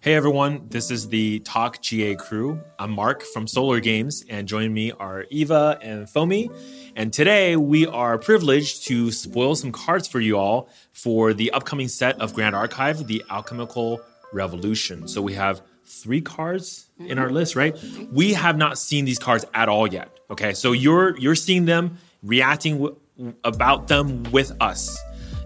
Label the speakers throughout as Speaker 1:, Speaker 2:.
Speaker 1: Hey everyone, this is the Talk GA crew. I'm Mark from Solar Games, and join me are Eva and Fomi. And today we are privileged to spoil some cards for you all for the upcoming set of Grand Archive, The Alchemical Revolution. So we have three cards in our list, right? We have not seen these cards at all yet. Okay, so you're you're seeing them, reacting w- about them with us.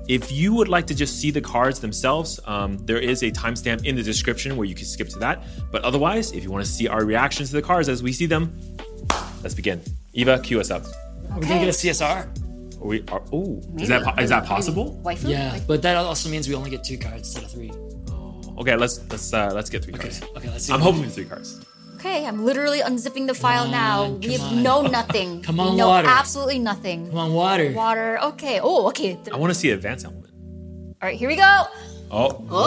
Speaker 1: If you would like to just see the cards themselves, um, there is a timestamp in the description where you can skip to that. But otherwise, if you want to see our reactions to the cards as we see them, let's begin. Eva, cue us up.
Speaker 2: We're gonna get a CSR.
Speaker 1: Are we are. Oh, is that po- is that possible?
Speaker 3: Waifu?
Speaker 2: Yeah,
Speaker 3: Like,
Speaker 2: but that also means we only get two cards instead of three.
Speaker 1: Okay, let's let's uh, let's get three cards.
Speaker 2: Okay, let's see.
Speaker 1: I'm hoping for three cards.
Speaker 3: okay, I'm literally unzipping the file
Speaker 2: Come
Speaker 3: now.
Speaker 2: on,
Speaker 3: we
Speaker 2: come
Speaker 3: have
Speaker 2: on.
Speaker 3: known nothing.
Speaker 2: Come
Speaker 3: We
Speaker 2: on,
Speaker 3: know
Speaker 2: water.
Speaker 3: absolutely nothing.
Speaker 2: Come on, water.
Speaker 3: Water. Okay. Oh, okay. Th-
Speaker 1: I
Speaker 3: All
Speaker 1: want to see advance element.
Speaker 3: right, here we go.
Speaker 1: Oh,
Speaker 3: Oh,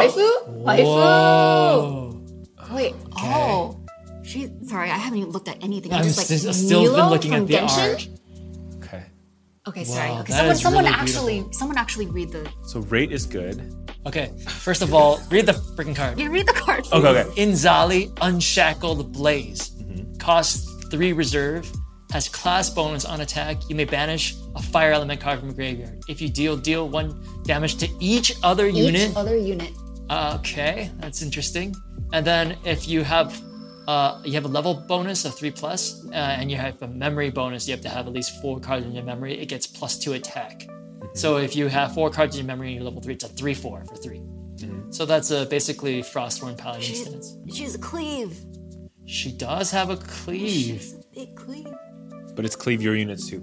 Speaker 3: waifu, waifu.
Speaker 2: Whoa.
Speaker 3: Wait. Oh, she. Sorry, I haven't even looked at anything. I'm,
Speaker 2: I'm
Speaker 3: just like
Speaker 2: st- still been
Speaker 3: Milo
Speaker 2: looking
Speaker 3: from
Speaker 2: at the
Speaker 3: Genshin?
Speaker 2: art.
Speaker 1: okay.
Speaker 3: Okay, sorry.
Speaker 2: Wow,
Speaker 3: okay,
Speaker 2: that
Speaker 3: someone,
Speaker 2: is
Speaker 3: someone
Speaker 2: really
Speaker 3: actually, someone actually read the.
Speaker 1: So rate is good.
Speaker 2: Okay, first of all, read the freaking card.
Speaker 3: You read the card.
Speaker 1: Okay, okay.
Speaker 2: Inzali, Unshackled Blaze. Cost three reserve. Has class bonus on attack. You may banish a fire element card from your graveyard. If you deal, deal one damage to each other
Speaker 3: Each
Speaker 2: unit.
Speaker 3: other unit.
Speaker 2: Okay, that's interesting. And then if you have uh, you have a level bonus of three plus, uh, and you have a memory bonus, you have to have at least four cards in your memory. It gets plus two attack. So if you have four cards in your memory, and you're level three. It's a three four for 3 So that's uh, basically Frostborn Paladin
Speaker 3: She-
Speaker 2: stance.
Speaker 3: she's a cleave.
Speaker 2: She does have a cleave.
Speaker 3: She's a big cleave.
Speaker 1: But it's cleave your units too.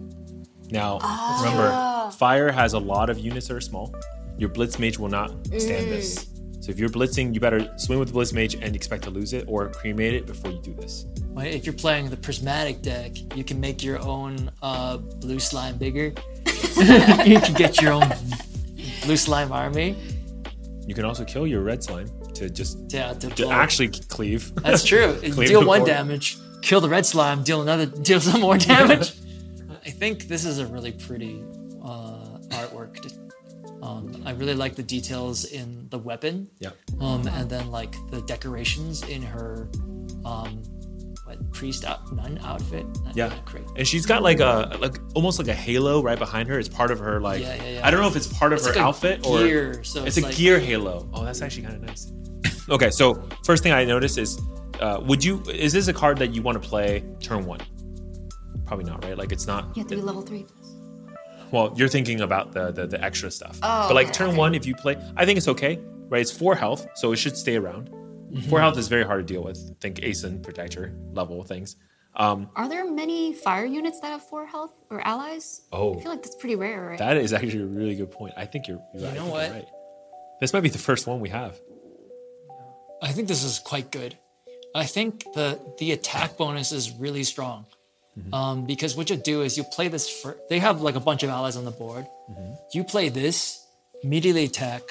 Speaker 1: Now remember, fire has a lot of units that are small. Your blitz mage will not stand this. So if you're blitzing, you better swing with the blitz mage and expect to lose it or cremate it before you do this.
Speaker 2: Well, If you're playing the prismatic deck, you can make your own uh, blue slime bigger. you can get your own blue slime army.
Speaker 1: You can also kill your red slime to just
Speaker 2: Yeah, to, uh,
Speaker 1: to
Speaker 2: blow-
Speaker 1: actually cleave.
Speaker 2: That's true. You
Speaker 1: Cleave
Speaker 2: deal
Speaker 1: the
Speaker 2: one
Speaker 1: board.
Speaker 2: damage, kill the red slime, deal another, deal some more damage. I think this is a really pretty uh, artwork. Um, I really like the details in the weapon,
Speaker 1: yeah.
Speaker 2: um, and then like the decorations in her, um, what priest out, nun outfit. That's
Speaker 1: Yeah.
Speaker 2: kinda Great.
Speaker 1: And she's got like a like almost like a halo right behind her. It's part of her like
Speaker 2: Yeah, yeah, yeah.
Speaker 1: I don't know if it's part of her
Speaker 2: like a
Speaker 1: outfit or
Speaker 2: gear, so
Speaker 1: it's,
Speaker 2: it's
Speaker 1: a
Speaker 2: like-
Speaker 1: gear halo. Oh, that's actually kind of nice. okay, so first thing I noticed is uh, would you is this a card that you want to play turn 1? Probably not, right? Like it's not
Speaker 3: You have to be level three.
Speaker 1: Well, you're thinking about the the, the extra stuff.
Speaker 3: Oh,
Speaker 1: but like
Speaker 3: okay,
Speaker 1: turn
Speaker 3: okay.
Speaker 1: one, if you play, I think it's okay, right? It's four health, so it should stay around. Four health is very hard to deal with. Think Asen Protector level things. Um,
Speaker 3: Are there many fire units that have four health or allies?
Speaker 1: Oh.
Speaker 3: I feel like that's pretty rare, right?
Speaker 1: that is actually a really good point. I think you're. you're right. I
Speaker 2: know
Speaker 1: think you're
Speaker 2: what?
Speaker 1: right. This might be the first one we have.
Speaker 2: I think this is quite good. I think the the attack bonus is really strong. Um, because what you'll do is you play this for they have like a bunch of allies on the board. You play this, immediately attack.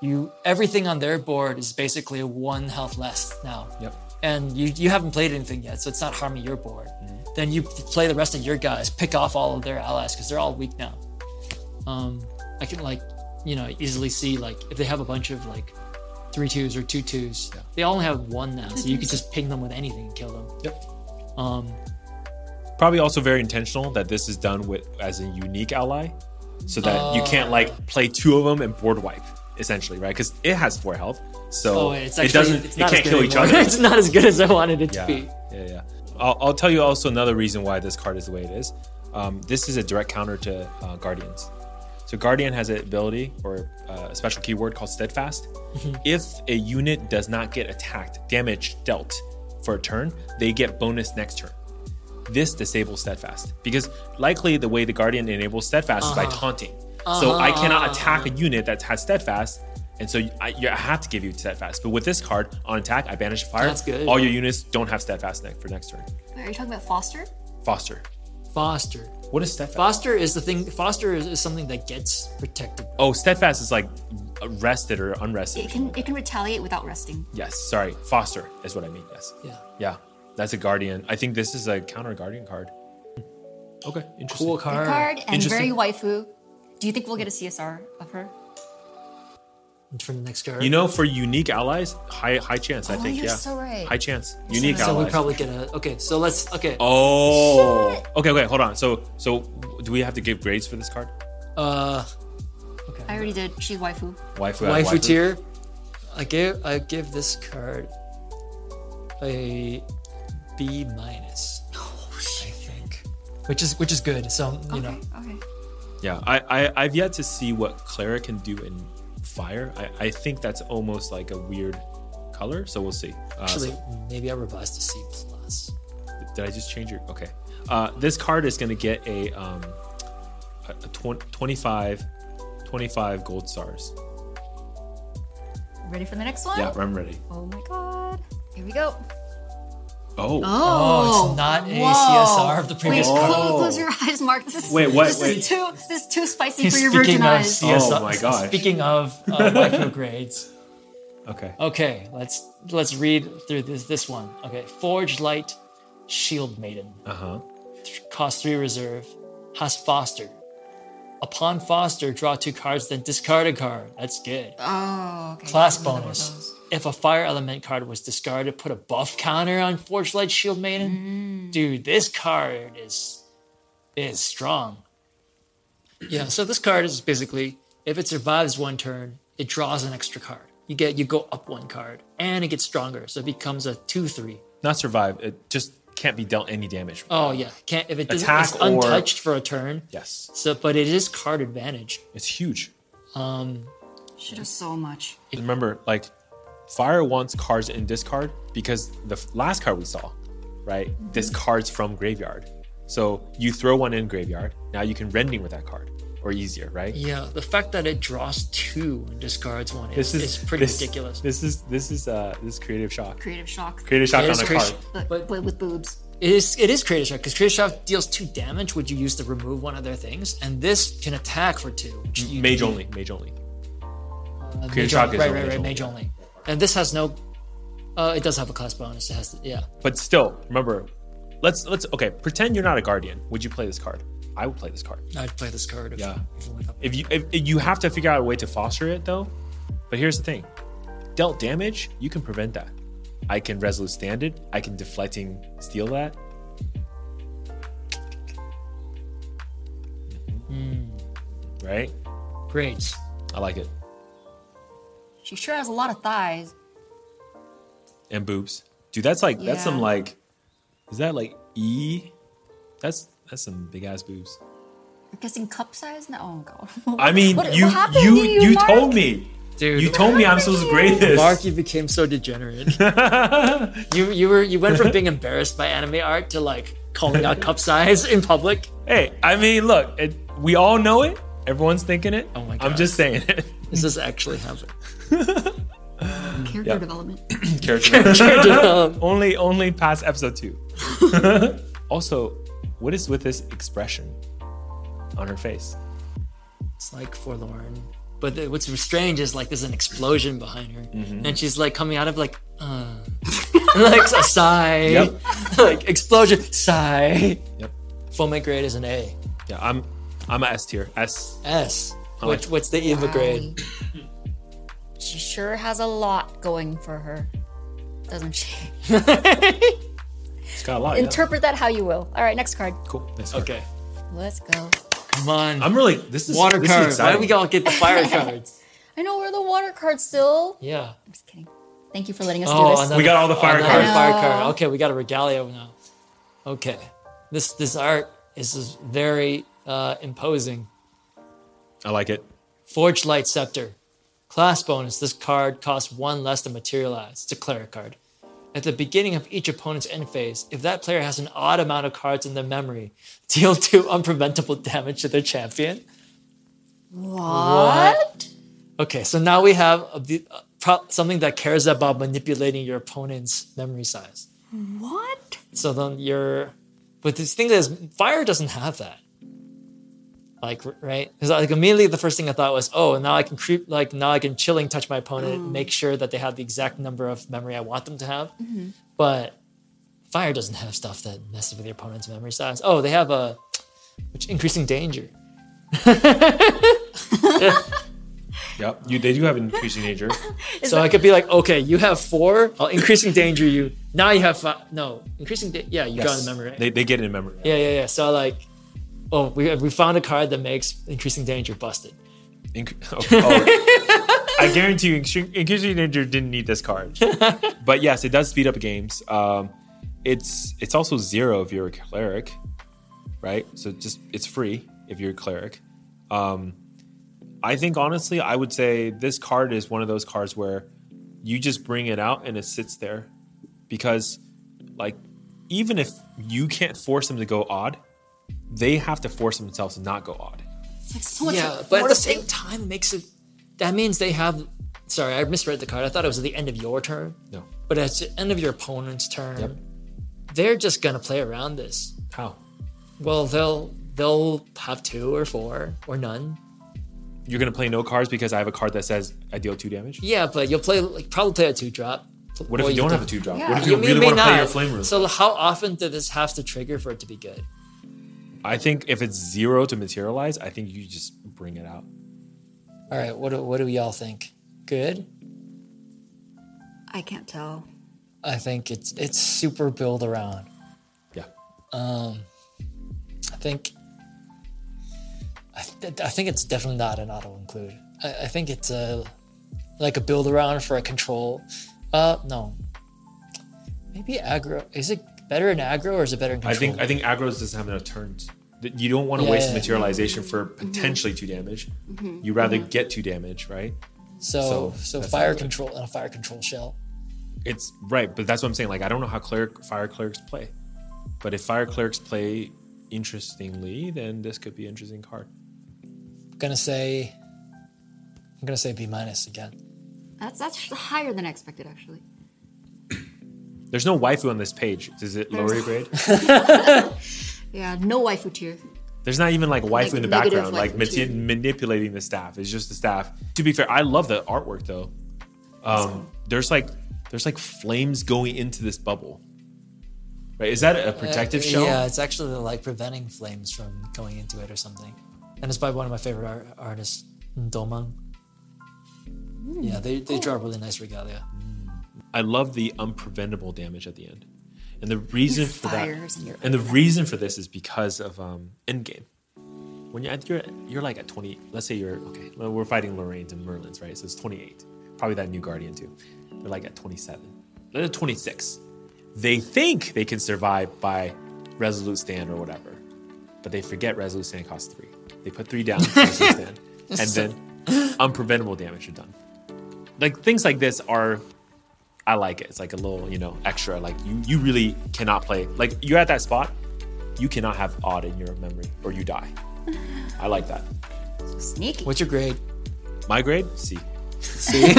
Speaker 2: You everything on their board is basically one health less now.
Speaker 1: Yep.
Speaker 2: And you, you haven't played anything yet, so it's not harming your board. Then you play the rest of your guys, pick off all of their allies because they're all weak now. Um, I can like, you know, easily see like if they have a bunch of like three twos or two twos. They only have one now, so you could just ping them with anything and kill them.
Speaker 1: Yep.
Speaker 2: Um,
Speaker 1: Probably also very intentional that this is done with as a unique ally, so that you
Speaker 2: Uh.
Speaker 1: can't like play two of them and board wipe essentially, right? Because it has four health, so
Speaker 2: oh, it's
Speaker 1: it
Speaker 2: actually
Speaker 1: doesn't.
Speaker 2: it's
Speaker 1: it
Speaker 2: not as
Speaker 1: can't
Speaker 2: good
Speaker 1: kill each
Speaker 2: anymore.
Speaker 1: other.
Speaker 2: it's not as good as I wanted it to
Speaker 1: Yeah,
Speaker 2: be.
Speaker 1: yeah, yeah. I'll, I'll tell you also another reason why this card is the way it is. Um, this is a direct counter to uh, Guardians. So Guardian has an ability or uh, a special keyword called Steadfast. If a unit does not get attacked, damage dealt for a turn, they get bonus next turn. This disables Steadfast because likely the way the Guardian enables Steadfast is
Speaker 2: Uh-huh.
Speaker 1: by taunting. So I cannot attack a unit that has Steadfast. And so I, you, I have to give you steadfast, but with this card on attack, I banish fire.
Speaker 2: That's good.
Speaker 1: All your units don't have steadfast next for next turn.
Speaker 3: Wait, are you talking about Foster?
Speaker 1: Foster.
Speaker 2: Foster.
Speaker 1: What is steadfast?
Speaker 2: Foster is the thing. Foster is, is something that gets protected.
Speaker 1: oh, steadfast is like rested or unrested.
Speaker 3: It can it can retaliate without resting.
Speaker 1: yes, sorry. Foster is what I mean. Yes.
Speaker 2: Yeah.
Speaker 1: Yeah. That's a guardian. I think this is a counter guardian card. Okay. Interesting.
Speaker 2: Cool
Speaker 3: Big
Speaker 2: card.
Speaker 3: card and very
Speaker 1: Interesting.
Speaker 3: waifu. Do you think we'll get a CSR of her?
Speaker 2: for the next turn.
Speaker 1: You know, for unique allies, high high chance. I
Speaker 3: Oh,
Speaker 1: think
Speaker 3: you're
Speaker 1: yeah,
Speaker 3: so right.
Speaker 1: high chance, unique
Speaker 2: so
Speaker 1: allies.
Speaker 2: we probably get a okay. So let's okay.
Speaker 1: oh, okay, okay, hold on. So so do we have to give grades for this card?
Speaker 2: Uh,
Speaker 3: I already did. She's waifu.
Speaker 1: Waifu, at
Speaker 2: waifu, tier. I give I give this card a B minus. I think, which is which is good. So you know,
Speaker 3: Oh, Okay. Okay.
Speaker 1: Yeah, I, I I've yet to see what Clara can do in fire. I I think that's almost like a weird color. So we'll see. Uh, so-
Speaker 2: actually, maybe I revised to C plus.
Speaker 1: Did I just change your? Okay. Uh, this card is going to get a, um, a, a twen- 25, 25 gold stars.
Speaker 3: Ready for the next one?
Speaker 1: Yeah, I'm ready.
Speaker 3: Oh my god. Here we go.
Speaker 1: Oh.
Speaker 2: Oh, it's not a CSR of the
Speaker 3: Wait,
Speaker 2: previous
Speaker 1: Oh.
Speaker 2: card.
Speaker 3: close, close your eyes, Mark. This is,
Speaker 1: Wait, what-
Speaker 3: This
Speaker 1: wait.
Speaker 3: is too. This is too spicy
Speaker 2: Okay,
Speaker 3: for your
Speaker 2: speaking
Speaker 3: virgin
Speaker 2: of
Speaker 3: eyes.
Speaker 2: CSR,
Speaker 1: Oh my gosh.
Speaker 2: speaking of uh, waifu grades. Oh.
Speaker 1: Okay.
Speaker 2: Okay, let's let's read through this this one. Okay, Forge Light, Shield Maiden,
Speaker 1: Uh huh.
Speaker 2: cost three reserve, has Foster. Upon Foster, draw two cards, then discard a card. That's good.
Speaker 3: oh. Okay.
Speaker 2: Class
Speaker 3: I remember
Speaker 2: bonus.
Speaker 3: those.
Speaker 2: If a fire element card was discarded, put a buff counter on Forge Light Shield Maiden. Dude, this card is is strong. Yeah, so this card is basically if it survives one turn, it draws an extra card. You get you go up one card and it gets stronger, so it becomes a two three.
Speaker 1: Not survive. It just can't be dealt any damage.
Speaker 2: Oh yeah, can't if it doesn't
Speaker 1: Attack
Speaker 2: it's
Speaker 1: or-
Speaker 2: untouched for a turn.
Speaker 1: Yes.
Speaker 2: So but it is card advantage.
Speaker 1: It's huge.
Speaker 3: Should have so much.
Speaker 1: Remember, like, fire wants cards in discard because the f- last card we saw, right?
Speaker 2: Mm-hmm.
Speaker 1: Discards from graveyard. So you throw one in graveyard. Now you can rending with that card or easier, right?
Speaker 2: Yeah, the fact that it draws two and discards one is,
Speaker 1: This is
Speaker 2: is pretty
Speaker 1: this-
Speaker 2: ridiculous.
Speaker 1: This is this is uh this is creative shock.
Speaker 3: Creative shock.
Speaker 1: Creative shock on
Speaker 2: It is
Speaker 1: a
Speaker 2: crazy.
Speaker 1: card.
Speaker 3: but,
Speaker 2: but-
Speaker 3: but with boobs.
Speaker 2: It is it is creative shock because creative shock deals two damage, which you use to remove one of their things, and this can attack for two. Which you
Speaker 1: Mage only. Mage only.
Speaker 2: uh, mage
Speaker 1: Creative shock
Speaker 2: only-
Speaker 1: is
Speaker 2: right,
Speaker 1: only
Speaker 2: right, right,
Speaker 1: mage
Speaker 2: mage only. And this has no. Uh, it does have a class bonus. It has to, yeah.
Speaker 1: But still, remember, let's let's okay. Pretend you're not a guardian. Would you play this card? I would play this card.
Speaker 2: I'd play this card. If,
Speaker 1: Yeah.
Speaker 2: If it went up.
Speaker 1: If you if, if you have to figure out a way to foster it though. But here's the thing: dealt damage, you can prevent that. I can resolute stand it. I can deflecting steal that. Mm-hmm. Right?
Speaker 2: Great.
Speaker 1: I like it.
Speaker 3: She sure has a lot of thighs.
Speaker 1: and boobs. Dude, that's like that's some
Speaker 3: Yeah.
Speaker 1: like is that like E? That's that's some big ass boobs.
Speaker 3: I'm guessing cup size. No. Oh god.
Speaker 1: I mean,
Speaker 3: What-
Speaker 1: you
Speaker 3: what happened
Speaker 1: you
Speaker 3: to you,
Speaker 1: you
Speaker 3: Mark?
Speaker 1: told me.
Speaker 2: Dude,
Speaker 1: You told me I'm supposed to grade this.
Speaker 2: Mark, you became so degenerate. you you were you went from being embarrassed by anime art to like calling out cup size in public.
Speaker 1: Hey, I mean, look, it, we all know it. Everyone's thinking it.
Speaker 2: Oh my
Speaker 1: I'm
Speaker 2: God.
Speaker 1: just saying it.
Speaker 2: Is this actually happening?
Speaker 3: Character
Speaker 1: yeah.
Speaker 3: development.
Speaker 1: Character.
Speaker 2: Um,
Speaker 1: only only past episode 2. also, what is with this expression on her face?
Speaker 2: It's like forlorn. But the, what's strange is like there's an explosion behind her,
Speaker 1: Mm-hmm.
Speaker 2: and she's like coming out of like, uh, like a sigh,
Speaker 1: Yep.
Speaker 2: like explosion, sigh.
Speaker 1: Yep.
Speaker 2: Fomate grade is an A.
Speaker 1: Yeah, I'm I'm a S tier. S.
Speaker 2: S.
Speaker 1: Oh.
Speaker 2: Which, what's the Eva grade?
Speaker 3: She sure has a lot going for her, doesn't she?
Speaker 1: It's got a lot. yeah.
Speaker 3: Interpret that how you will. All right, next card.
Speaker 1: cool. Nice card.
Speaker 2: Okay,
Speaker 3: Let's go.
Speaker 2: come on.
Speaker 1: I'm really this is
Speaker 2: Water
Speaker 1: this
Speaker 2: cards.
Speaker 1: Is
Speaker 2: Why do
Speaker 1: exciting.
Speaker 2: we all get the fire cards?
Speaker 3: I know we're the water card still.
Speaker 2: Yeah.
Speaker 3: I'm just kidding. Thank you for letting us
Speaker 2: Oh,
Speaker 3: do this.
Speaker 2: another-
Speaker 1: We got all the fire
Speaker 2: another
Speaker 1: cards.
Speaker 2: Fire card. Okay, we got a regalia now. Okay, this this art is is very uh, imposing.
Speaker 1: I like it.
Speaker 2: Forge Light Scepter. Class bonus. This card costs one less to materialize. It's a cleric card. At the beginning of each opponent's end phase, if that player has an odd amount of cards in their memory, deal two unpreventable damage to their champion.
Speaker 3: what?
Speaker 2: Okay, so now we have a, the- uh, pro- something that cares about manipulating your opponent's memory size.
Speaker 3: What?
Speaker 2: So then you're, but the thing is, fire doesn't have that. Like r- right, because like immediately the first thing I thought was, oh, now I can creep, like now I can chilling touch my
Speaker 3: Oh.
Speaker 2: opponent, make sure that they have the exact number of memory I want them to have.
Speaker 3: Mm-hmm.
Speaker 2: But fire doesn't have stuff that messes with your opponent's memory size. Oh, they have a, which increasing danger.
Speaker 1: Yep. You they do have increasing danger.
Speaker 3: Is
Speaker 2: so
Speaker 3: that-
Speaker 2: I could be like, okay, you have four. I'll increasing danger you. Now you have five. No, increasing. Da- yeah, you got it in memory, right?
Speaker 1: They they get it in memory.
Speaker 2: yeah, yeah, yeah. So like, oh, we we found a card that makes increasing danger busted.
Speaker 1: Inc- oh, oh. I guarantee you, Incre- Increasing Danger didn't need this card. but yes, it does speed up games. Um, it's it's also zero if you're a cleric, right? So just it's free if you're a cleric. Um, I think honestly, I would say this card is one of those cards where you just bring it out and it sits there because, like, even if you can't force them to go odd, they have to force themselves to not go odd.
Speaker 3: It's like so much
Speaker 2: yeah, but at
Speaker 3: more
Speaker 2: the
Speaker 3: to
Speaker 2: same
Speaker 3: do.
Speaker 2: time, it makes it. That means they have. Sorry, I misread the card. I thought it was at the end of your turn,
Speaker 1: No,
Speaker 2: but it's the end of your opponent's turn.
Speaker 1: Yep.
Speaker 2: They're just gonna play around this.
Speaker 1: how?
Speaker 2: Well, they'll they'll have two or four or none.
Speaker 1: You're gonna play no cards because I have a card that says I deal two damage.
Speaker 2: Yeah, but you'll play like probably play a two drop.
Speaker 1: What if
Speaker 2: Well,
Speaker 1: you don't
Speaker 2: can-
Speaker 1: have a two drop?
Speaker 3: Yeah.
Speaker 1: What if
Speaker 2: You
Speaker 1: you,
Speaker 2: may-
Speaker 1: really
Speaker 2: may
Speaker 1: want to play
Speaker 2: not.
Speaker 1: your flame room?
Speaker 2: So how often did this have to trigger for it to be good?
Speaker 1: I think if it's zero to materialize, I think you just bring it out.
Speaker 2: All right, what do, what do we all think? Good.
Speaker 3: I can't tell.
Speaker 2: I think it's it's super build around.
Speaker 1: Yeah.
Speaker 2: I think I, th- I think it's definitely not an auto include. I, I think it's a like a build around for a control. Uh, no. Maybe aggro. Is it better in aggro or is it better in
Speaker 1: I
Speaker 2: control?
Speaker 1: think I think aggros doesn't have enough turns. Th- You don't want to
Speaker 2: Yeah,
Speaker 1: waste
Speaker 2: yeah, Mm-hmm. yeah.
Speaker 1: materialization for potentially two damage. You'd rather
Speaker 2: Mm-hmm.
Speaker 1: get two damage, right?
Speaker 2: so.
Speaker 1: so
Speaker 2: So,
Speaker 1: that's
Speaker 2: fire
Speaker 1: not good.
Speaker 2: control and a fire control shell.
Speaker 1: It's right, but that's what I'm saying. Like I don't know how cleric fire clerics play, but if fire clerics play interestingly, then this could be an interesting card.
Speaker 2: I'm gonna say. I'm gonna say B minus again.
Speaker 3: That's that's higher than expected, actually.
Speaker 1: There's no waifu on this page. Is it lower your grade?
Speaker 3: Yeah, no waifu tier.
Speaker 1: There's not even like waifu
Speaker 3: Like
Speaker 1: in the
Speaker 3: negative
Speaker 1: background, like
Speaker 3: waifu
Speaker 1: mati-
Speaker 3: too.
Speaker 1: manipulating the staff. It's just the staff. To be fair, I love the artwork though. Um, there's like there's like flames going into this bubble. Right? Is that a protective
Speaker 2: Uh,
Speaker 1: shell?
Speaker 2: Yeah, it's actually like preventing flames from going into it or something. And it's by one of my favorite art- artists, Domang. yeah, they, they draw really nice regalia.
Speaker 1: I love the unpreventable damage at the end, and the reason for
Speaker 3: fires and your-
Speaker 1: that, and the reason for this is because of um, endgame. When you're at, you're you're like at twenty. Let's say you're okay. Well, we're fighting Lorraine's and Merlin's, right? So it's twenty eight. Probably that new Guardian too. They're like at twenty seven. They're at twenty six. They think they can survive by resolute stand or whatever, but they forget resolute stand costs three. They put three down, for resolute stand, and then unpreventable damage are done. Like things like this are I like it. It's like a little, you know, extra. Like you, you really cannot play. Like you're at that spot, you cannot have odd in your memory, or you die. I like that.
Speaker 3: Sneaky.
Speaker 2: What's your grade?
Speaker 1: My grade C.
Speaker 2: C.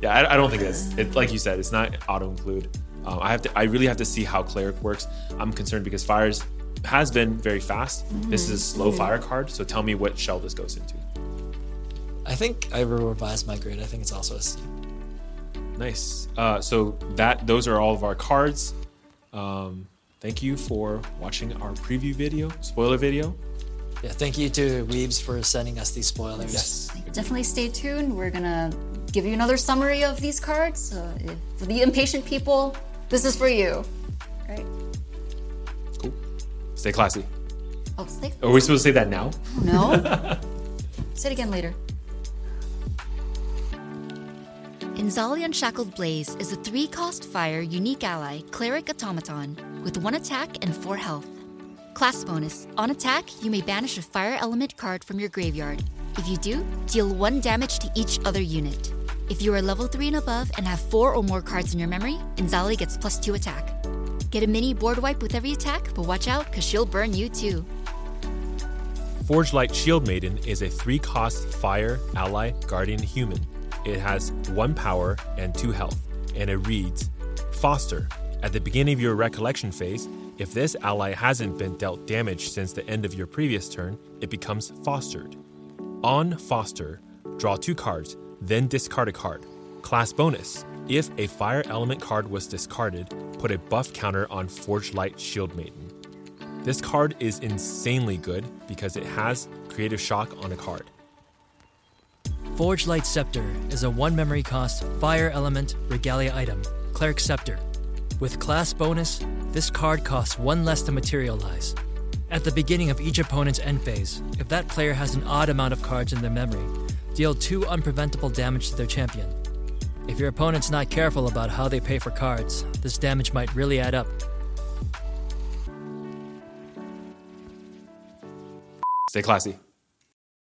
Speaker 1: Yeah, I, I don't think that's. It, like you said, it's not auto include. Um, I have to. I really have to see how cleric works. I'm concerned because fires has been very fast. This is a slow fire card, so tell me what shell this goes into.
Speaker 2: I think I revised my grade. I think it's also a C.
Speaker 1: Nice. Uh, so that those are all of our cards. Um, thank you for watching our preview video, spoiler video.
Speaker 2: Yeah, thank you to Weebs for sending us these spoilers.
Speaker 3: Definitely stay tuned. We're gonna give you another summary of these cards. So if, for the impatient people, this is for you. Right?
Speaker 1: Cool. Stay classy.
Speaker 3: Oh, say,
Speaker 1: Are we supposed to say that now?
Speaker 3: no. say it again later.
Speaker 4: Inzali Unshackled Blaze is a three cost fire unique ally cleric automaton with one attack and four health. Class bonus On attack, you may banish a fire element card from your graveyard. If you do, deal one damage to each other unit. If you are level 3 and above and have four or more cards in your memory, Inzali gets plus 2 attack. Get a mini board wipe with every attack, but watch out because she'll burn you too.
Speaker 1: Forge Light Shield Maiden is a three cost fire ally guardian human. It has one power and two health, and it reads Foster. At the beginning of your recollection phase, if this ally hasn't been dealt damage since the end of your previous turn, it becomes fostered. On Foster, draw two cards, then discard a card. Class bonus. If a fire element card was discarded, put a buff counter on Forge Light Shield Maiden. This card is insanely good because it has Creative Shock on a card.
Speaker 2: Forge Light Scepter is a one memory cost fire element regalia item, Cleric Scepter. With class bonus, this card costs one less to materialize. At the beginning of each opponent's end phase, if that player has an odd amount of cards in their memory, deal two unpreventable damage to their champion. If your opponent's not careful about how they pay for cards, this damage might really add up.
Speaker 1: Stay classy.